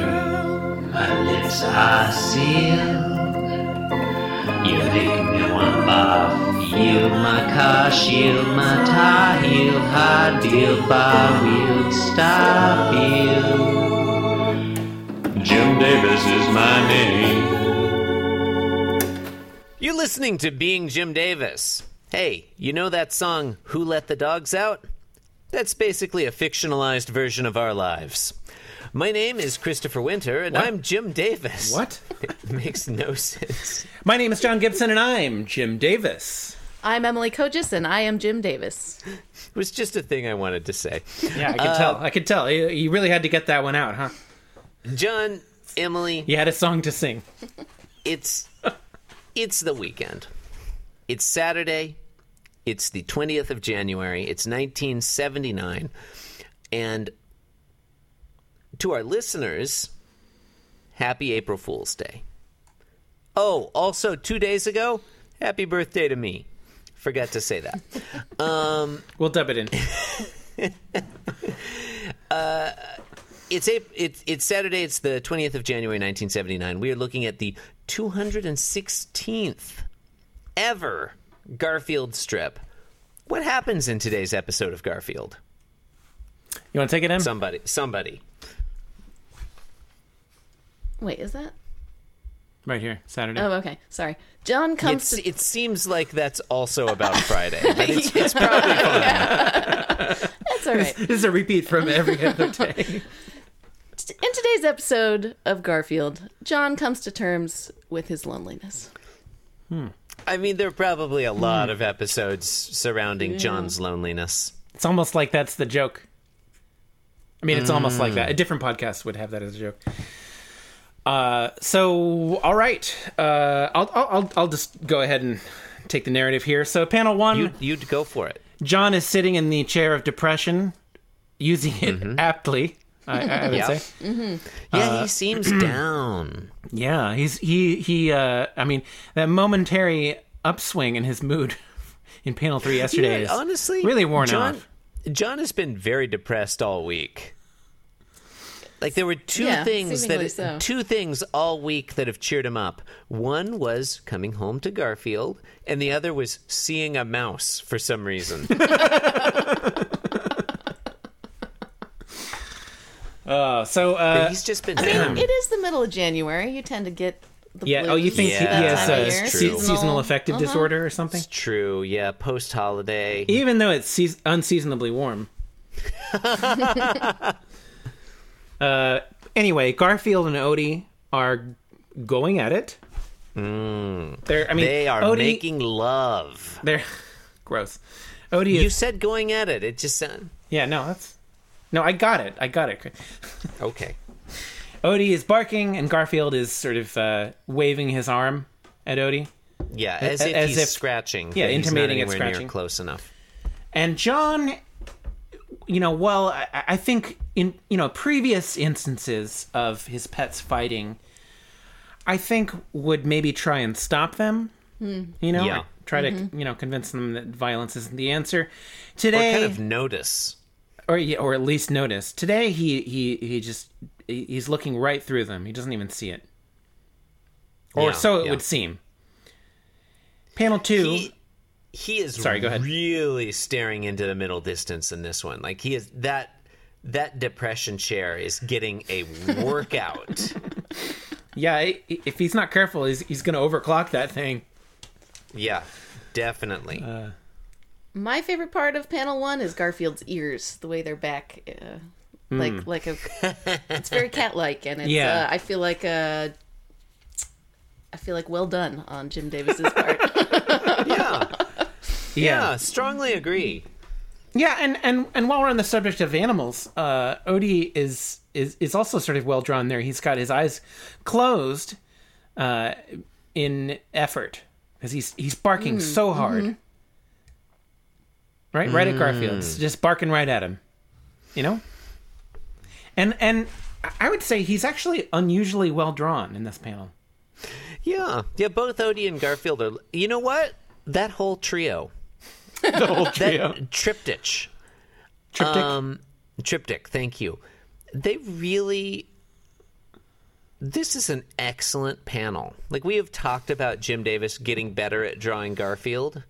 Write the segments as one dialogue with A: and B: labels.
A: Girl,
B: My lips are sealed. You make me wanna barf. Yield my car, shield my tie heel, high deal, bar wheel, stop heel. Jim Davis is my name.
C: You're listening to Being Jim Davis. Hey, you know that song, Who Let the Dogs Out? That's basically a fictionalized version of our lives. My name is Christopher Winter, and I'm Jim Davis.
A: what?
C: It makes no sense.
A: My name is John Gibson, and I'm Jim Davis.
D: I'm Emily Kogis, and I am Jim Davis.
C: It was just a thing I wanted to say.
A: Yeah, I could tell. Uh, I could tell. You you really had to get that one out, huh?
C: John, Emily,
A: You had a song to sing.
C: it's it's the weekend. It's Saturday. It's the 20th of January. It's 1979. And to our listeners, happy April Fool's Day. Oh, also 2 days ago, happy birthday to me. Forgot to say that.
A: We'll dub it in.
C: it's April, it's it's Saturday. It's the twentieth of January, nineteen seventy nine. We are looking at the two hundred and sixteenth ever Garfield strip. What happens in today's episode of Garfield?
A: You want to take it in?
C: Somebody, somebody.
D: Wait, is that?
A: Right here, Saturday.
D: Oh, okay. Sorry. John comes
C: It's,
D: to.
C: it seems like that's also about Friday, but it's, it's probably
D: That's all right.
A: This is a repeat from every other day.
D: In today's episode of Garfield, John comes to terms with his loneliness.
C: I mean, there are probably a
D: Hmm.
C: lot of episodes surrounding John's loneliness.
A: it's almost like that's the joke. I mean, it's almost like that. A different podcast would have that as a joke. Uh, so, all right, uh, I'll, I'll I'll I'll just go ahead and take the narrative here. So, panel one,
C: You, you'd go for it.
A: John is sitting in the chair of depression, using it aptly. I, I I would
C: Mm-hmm. Yeah.
A: say.
C: Yeah,
D: Uh,
C: he seems down.
A: Yeah, he's he he. Uh, I mean, that momentary upswing in his mood in panel three yesterday is
C: Yeah, honestly
A: really worn
C: John,
A: off.
C: John has been very depressed all week. Like there were two
D: Yeah,
C: things
D: seemingly
C: that
D: so.
C: two things all week that have cheered him up. One was coming home to Garfield, and the other was seeing a mouse for some reason.
A: Uh, so uh,
C: He's just been
D: I mean,
C: down.
D: it is the middle of January. You tend to get the
A: yeah.
D: Blues.
A: Oh, you think
C: Yeah,
A: he has
C: that
A: a
C: is
A: se-
C: true. Uh-huh.
A: seasonal, affective
D: Uh-huh.
A: disorder or something?
C: It's true. Yeah, post holiday.
A: Even though it's seas unseasonably warm. uh, anyway, Garfield and Odie are going at it. They're. I mean,
C: Mm. They are
A: Odie,
C: making love.
A: They're gross. Odie is
C: You said going at it. It just sound
A: Yeah, no, that's no. I got it. I got it.
C: okay.
A: Odie is barking, and Garfield is sort of uh, waving his arm at Odie,
C: Yeah, as
A: a-
C: if
A: as
C: he's
A: if-
C: scratching.
A: yeah,
C: but he's not
A: intimating it's
C: anywhere near
A: scratching.
C: close enough.
A: and John. You know, well, I, I think in you know previous instances of his pets fighting, I think would maybe try and stop them. You know,
C: Yeah.
A: or try to you know convince them that violence isn't the answer.
C: Or
A: Today,
C: kind of notice.
A: or yeah, or at least notice. Today he he he just he- he's looking right through them. He doesn't even see it, or
C: Yeah,
A: so it
C: yeah.
A: would seem. Panel two.
C: he, he is
A: Sorry, go ahead.
C: really staring into the middle distance in this one like he is that that depression chair is getting a workout
A: yeah, i- i- if he's not careful, he's he's gonna overclock that thing.
C: yeah definitely
A: Uh,
D: My favorite part of panel one is Garfield's ears, the way they're back, uh, like like a. It's very cat-like, and it's,
A: Hmm. Yeah.
D: uh, I feel like uh, I feel like well done on Jim Davis's part.
C: yeah yeah
A: Yeah,
C: strongly agree
A: yeah, and and and while we're on the subject of animals, uh, Odie is is is also sort of well drawn there. He's got his eyes closed, uh, in effort because he's he's barking so hard. right right at garfield's just barking right at him you know and and I- i would say he's actually unusually well drawn in this panel
C: yeah yeah both odie and garfield are you know what that whole trio
A: the whole
C: that triptych
A: triptych
C: triptych thank you they really this is an excellent panel. Like we have talked about Jim Davis getting better at drawing Garfield.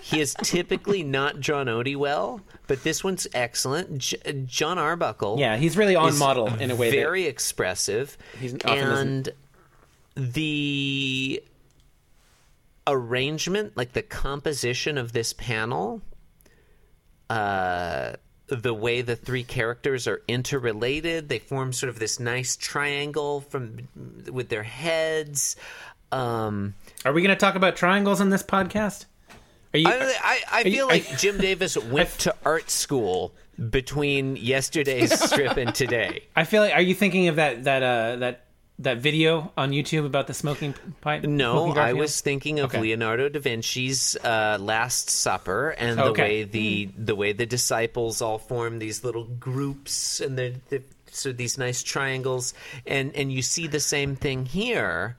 C: he has typically not drawn Odie well, but this one's excellent. J- John Arbuckle.
A: Yeah, he's really on
C: is
A: model in a way. that-
C: Very expressive.
A: He's often
C: and the arrangement, like the composition of this panel, uh, the way the three characters are interrelated, they form sort of this nice triangle from with their heads. Um,
A: are we going to talk about triangles in this podcast? Are you?
C: I, don't know, I, I
A: you-
C: feel
A: are
C: like Jim Davis went to art school between yesterday's strip and today.
A: I feel like. Are you thinking of that that uh, that that video on YouTube about the smoking pipe?
C: No,
A: smoking
C: I
A: Garfield?
C: was thinking of
A: Okay.
C: Leonardo da Vinci's uh, Last Supper and the way
A: Okay. Hmm.
C: the the way the disciples all form these little groups and they're, they're so these nice triangles and and you see the same thing here.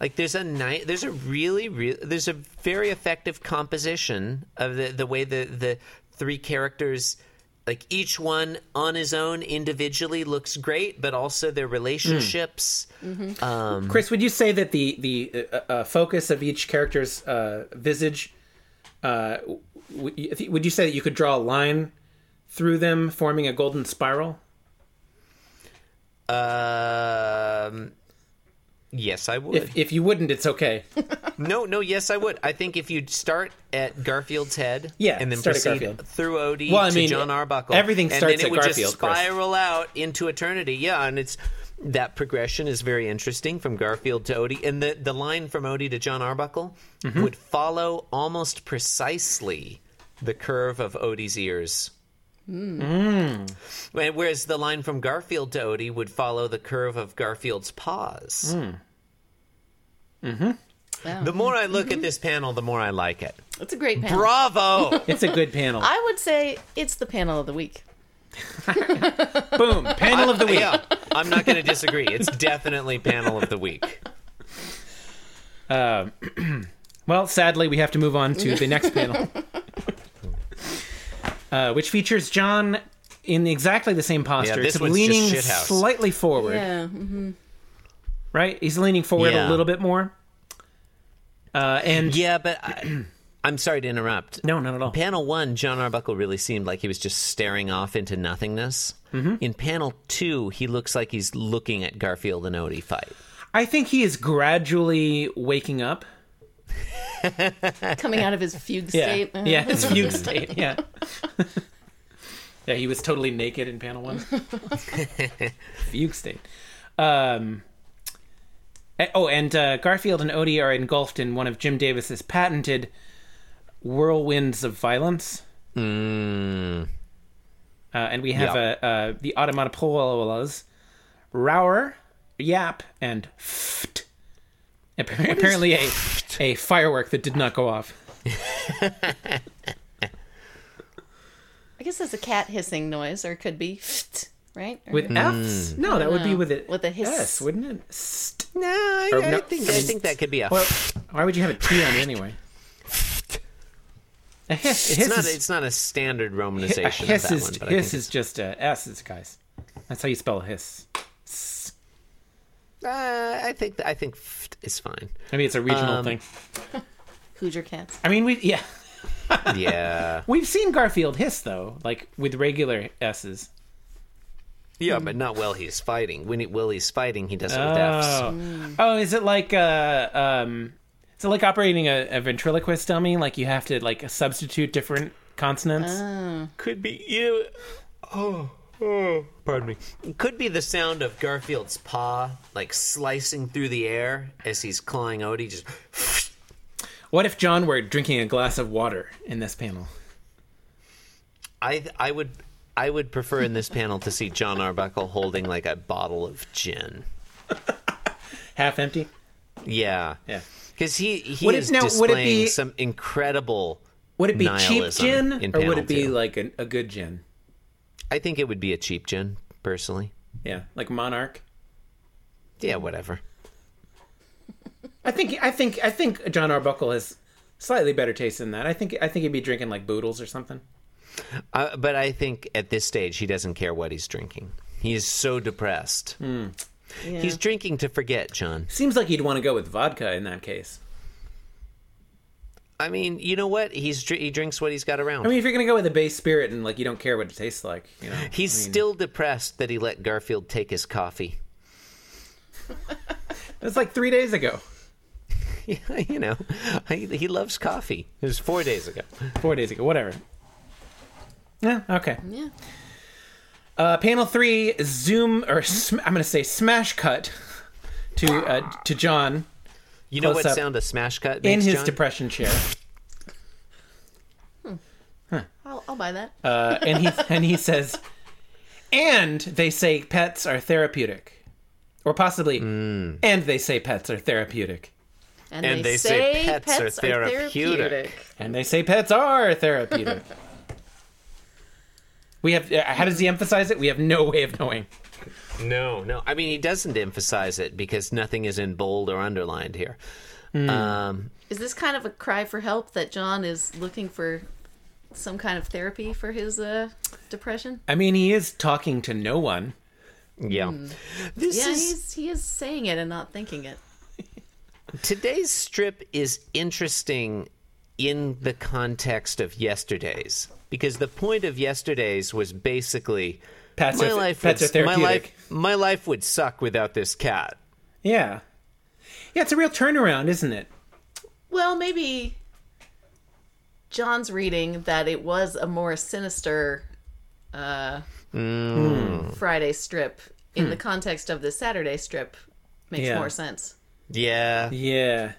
C: Like there's a night, there's a really, real, there's a very effective composition of the the way the the three characters, like each one on his own individually looks great, but also
A: Hmm.
C: their relationships.
A: Chris, would you say that the the uh, uh, focus of each character's uh, visage, uh, would, you, would you say that you could draw a line through them, forming a golden spiral?
C: Um, yes, I would.
A: If, if you wouldn't, it's okay.
C: no, no, yes, I would. I think if you start at Garfield's head,
A: Yeah,
C: and then
A: start at
C: proceed
A: Garfield.
C: through Odie
A: Well, I
C: to
A: mean,
C: John Arbuckle,
A: everything
C: and
A: starts
C: then it
A: at
C: would
A: Garfield,
C: just
A: Chris.
C: spiral out into eternity. Yeah, and it's that progression is very interesting from Garfield to Odie, and the the line from Odie to John Arbuckle
A: Mm-hmm.
C: would follow almost precisely the curve of Odie's ears.
A: Hmm.
C: Wh- Whereas the line from Garfield to Odie would follow the curve of Garfield's paws.
A: Hmm.
D: Wow.
C: The more I look at this panel, the more I like it.
D: That's a great panel.
C: Bravo!
A: It's a good panel.
D: I would say it's the panel of the week.
A: Boom! Panel of the week.
C: yeah, I'm not going to disagree. It's definitely panel of the week.
A: Well, sadly, we have to move on to the next panel, uh, which features John in exactly the same posture,
C: this
A: except
C: one's just
A: leaning
C: shithouse.
A: slightly forward.
D: Yeah.
A: Right? He's leaning forward
C: Yeah.
A: a little bit more. Uh, and
C: Yeah, but I, I'm sorry to interrupt.
A: no, not at all.
C: Panel one, John Arbuckle really seemed like he was just staring off into nothingness. In panel two, he looks like he's looking at Garfield and Odie fight.
A: I think he is gradually waking up.
D: Coming out of his fugue state.
A: Yeah,
D: Uh,
A: yeah, his fugue state. Yeah, yeah, he was totally naked in panel one. fugue state. Um, eh, oh, and uh, Garfield and Odie are engulfed in one of Jim Davis's patented whirlwinds of violence. Uh, and we have
C: Yeah.
A: uh, uh, the automatopolas, Rower, Yap, and Ft. Appar- Apparently, a, a firework that did not go off.
D: I guess that's a cat hissing noise, or it could be, right? Or-
C: Hmm.
A: With F's? No, that would be with a
D: With a hiss.
A: S, wouldn't it? St-
C: No, I,
A: Or
C: I
A: no-
C: think,
A: I
C: I
A: mean-
C: think that could be a.
A: Well, why would you have a T on it anyway? A hiss, a
C: it's
A: hiss
C: not.
A: is,
C: It's not a standard
A: a
C: romanization of
A: hiss
C: that
A: is,
C: one. But I
A: hiss
C: think
A: is just a S, is guys. That's how you spell a hiss.
C: it's- uh, I think. I think pfft is fine.
A: I mean, it's a regional
C: Um,
A: thing.
D: Hoosier cats.
A: I mean, we yeah,
C: Yeah.
A: we've seen Garfield hiss though, like with regular S's.
C: Yeah, but not while he's fighting. When he, while he's fighting, he does it with Fs.
A: Oh, oh, is it like uh, um, is it like operating a, a ventriloquist dummy? Like you have to like substitute different consonants.
C: Could be you. Oh, oh, pardon me. Could be the sound of Garfield's paw like slicing through the air as he's clawing Odie. Just
A: What if John were drinking a glass of water in this panel?
C: I I would I would prefer in this panel to see John Arbuckle holding like a bottle of gin.
A: Half empty.
C: Yeah.
A: Yeah.
C: Because he he
A: Would it-
C: is
A: now, would it
C: displaying
A: be-
C: some incredible.
A: Would it be cheap
C: nihilism in
A: gin or would
C: panel
A: it be
C: two.
A: like a, a good gin?
C: I think it would be a cheap gin, personally.
A: Yeah, like Monarch.
C: Yeah, whatever.
A: I think I think I think John Arbuckle has slightly better taste than that. I think I think he'd be drinking like Boodles or something.
C: Uh, Hmm. but I think at this stage he doesn't care what he's drinking. He is so depressed. He's drinking to forget, John.
A: Seems like you'd want to go with vodka in that case.
C: I mean, you know what? He's dr- he drinks what he's got around.
A: I mean, if you're gonna go with a base spirit and like you don't care what it tastes like, you know,
C: he's still depressed that he let Garfield take his coffee.
A: that's like three days ago,
C: you know, he, he loves coffee. It was four days ago.
A: four days ago, whatever. Yeah. Okay.
D: Yeah.
A: Uh, panel three, zoom or sm- I'm gonna say smash cut to uh, to John
C: You know
A: Close
C: what
A: up.
C: sound a smash cut
A: in
C: makes,
A: his
C: John?
A: depression chair,
D: I'll, I'll buy that.
A: uh, and he and he says, and they say pets are therapeutic, or possibly,
C: Hmm.
A: and they say pets are therapeutic,
C: and they say pets are therapeutic.
A: and they say pets are therapeutic. we have uh, how does he emphasize it? We have no way of knowing.
C: No, no. I mean, he doesn't emphasize it because nothing is in bold or underlined here. Um,
D: Is this kind of a cry for help that John is looking for some kind of therapy for his uh, depression?
A: I mean, he is talking to no one.
C: yeah. This
D: Yeah,
C: is
D: he's, he is saying it and not thinking it.
C: today's strip is interesting in the context of yesterday's because the point of yesterday's was basically
A: Pets
C: my
A: are th-
C: life
A: pets
C: would,
A: are
C: my life
A: therapeutic.
C: my life would suck without this cat.
A: Yeah, yeah, it's a real turnaround, isn't it?
D: Well, maybe John's reading that it was a more sinister uh,
A: Mm.
D: Friday strip in the context of the Saturday strip makes
A: Yeah.
D: more sense.
C: Yeah.
A: Yeah.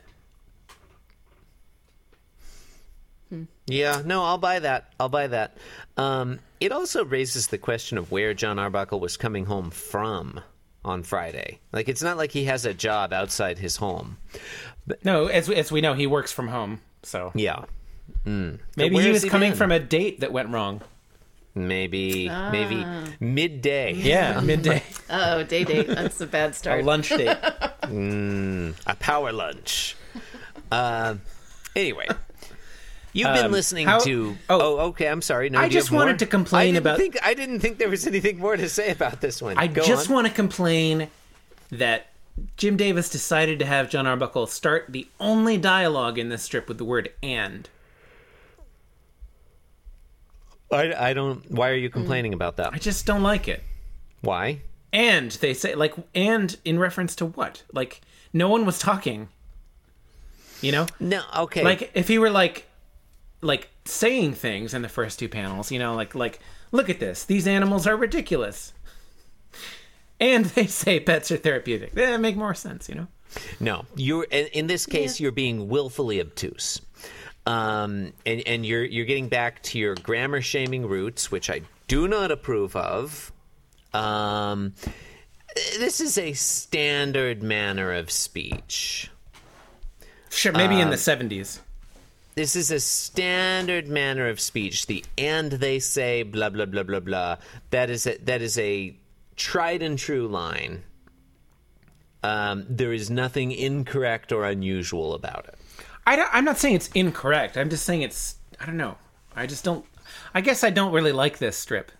C: Yeah, no, I'll buy that. I'll buy that. Um, it also raises the question of where John Arbuckle was coming home from on Friday. Like, it's not like he has a job outside his home.
A: No, as as we know, he works from home, so
C: Yeah,
A: maybe
C: where
A: he
C: has
A: was
C: he
A: coming
C: been?
A: from a date that went wrong.
C: maybe, maybe midday.
A: Ah. Yeah, midday,
D: Uh oh, day date. That's a bad
A: a
D: start.
A: lunch date.
C: a power lunch. Uh, anyway, you've been listening
A: Um, how-
C: to.
A: oh.
C: Oh, okay. I'm sorry. No,
A: I
C: do you
A: just
C: have more?
A: wanted to complain
C: I didn't
A: about-
C: Think, I didn't think there was anything more to say about this one.
A: I
C: Go
A: just
C: on.
A: want to complain that Jim Davis decided to have John Arbuckle start the only dialogue in this strip with the word "and."
C: I, I don't. Why are you complaining about
A: I
C: that?
A: just don't like it.
C: Why?
A: And they say like and in reference to what? Like no one was talking. You know?
C: No. Okay.
A: like if he were like like saying things in the first two panels you know like like look at this these animals are ridiculous and they say pets are therapeutic that make more sense you know
C: No, you're in, in this case you're being willfully obtuse, um, and and you're you're getting back to your grammar shaming roots, which I do not approve of. Um, this is a standard manner of speech.
A: sure maybe in the 70s
C: This is a standard manner of speech. The and they say blah blah blah blah blah. That is a, that is a tried and true line. Um, there is nothing incorrect or unusual about it.
A: I don't, i'm not saying it's incorrect i'm just saying it's i don't know i just don't i guess i don't really like this strip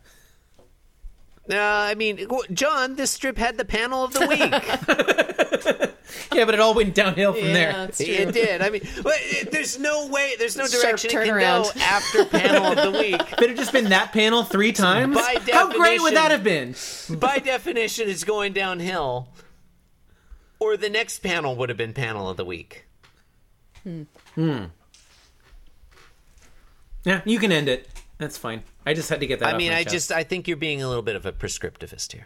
C: Uh, I mean, w- John, this strip had the panel of the week.
A: yeah but it all went downhill from
D: yeah,
A: there
D: it's true.
C: it did. I mean, but it- there's no way, there's no
D: Sharp
C: direction it can go
D: turnaround.
C: after panel of the week.
A: Could have just been that panel three times.
C: By
A: How great
C: definition-
A: would that have been?
C: By definition, it's going downhill, or the next panel would have been panel of the week.
A: Yeah, you can end it. That's fine. I just had to get that.
C: I
A: off
C: mean,
A: my
C: I
A: chest.
C: just, I think you're being a little bit of a prescriptivist here.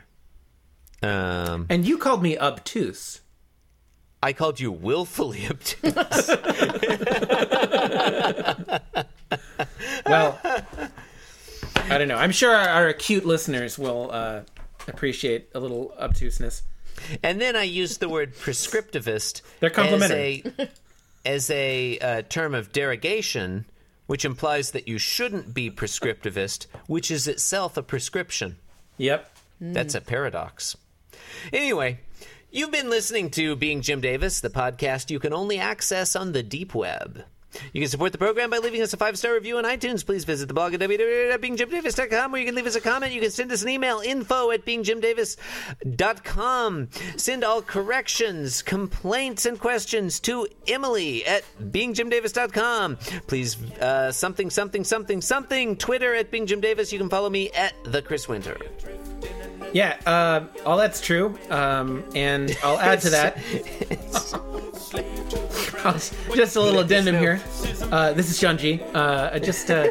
C: Um,
A: And you called me obtuse.
C: I called you willfully obtuse.
A: Well, I don't know. I'm sure our, our acute listeners will uh, appreciate a little obtuseness.
C: And then I used the word prescriptivist.
A: They're complimentary.
C: As a, as a uh, term of derogation, which implies that you shouldn't be prescriptivist, which is itself a prescription.
A: Yep.
C: That's a paradox. Anyway, you've been listening to Being Jim Davis, the podcast you can only access on the deep web. You can support the program by leaving us a five star review on iTunes. Please visit the blog at www.beingjimdavis.com where you can leave us a comment. You can send us an email info at beingjimdavis.com. Send all corrections, complaints, and questions to Emily at beingjimdavis.com. Please, uh, something, something, something, something, Twitter at beingjimdavis. You can follow me at the Chris Winter.
A: Yeah, uh, all that's true, um, and I'll add to that. I'll s- just a little addendum here. Uh, this is Sean G. Uh, I just uh,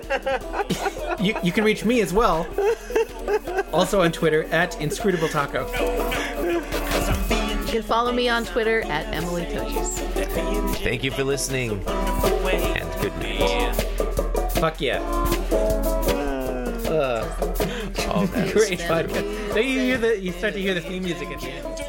A: you, you can reach me as well, also on Twitter at inscrutable taco.
D: You can follow me on Twitter at Emily Toches.
C: Thank you for listening and good night.
A: Fuck yeah! Uh,
C: All that.
A: great podcast. So you hear the you start to hear the theme music at the end.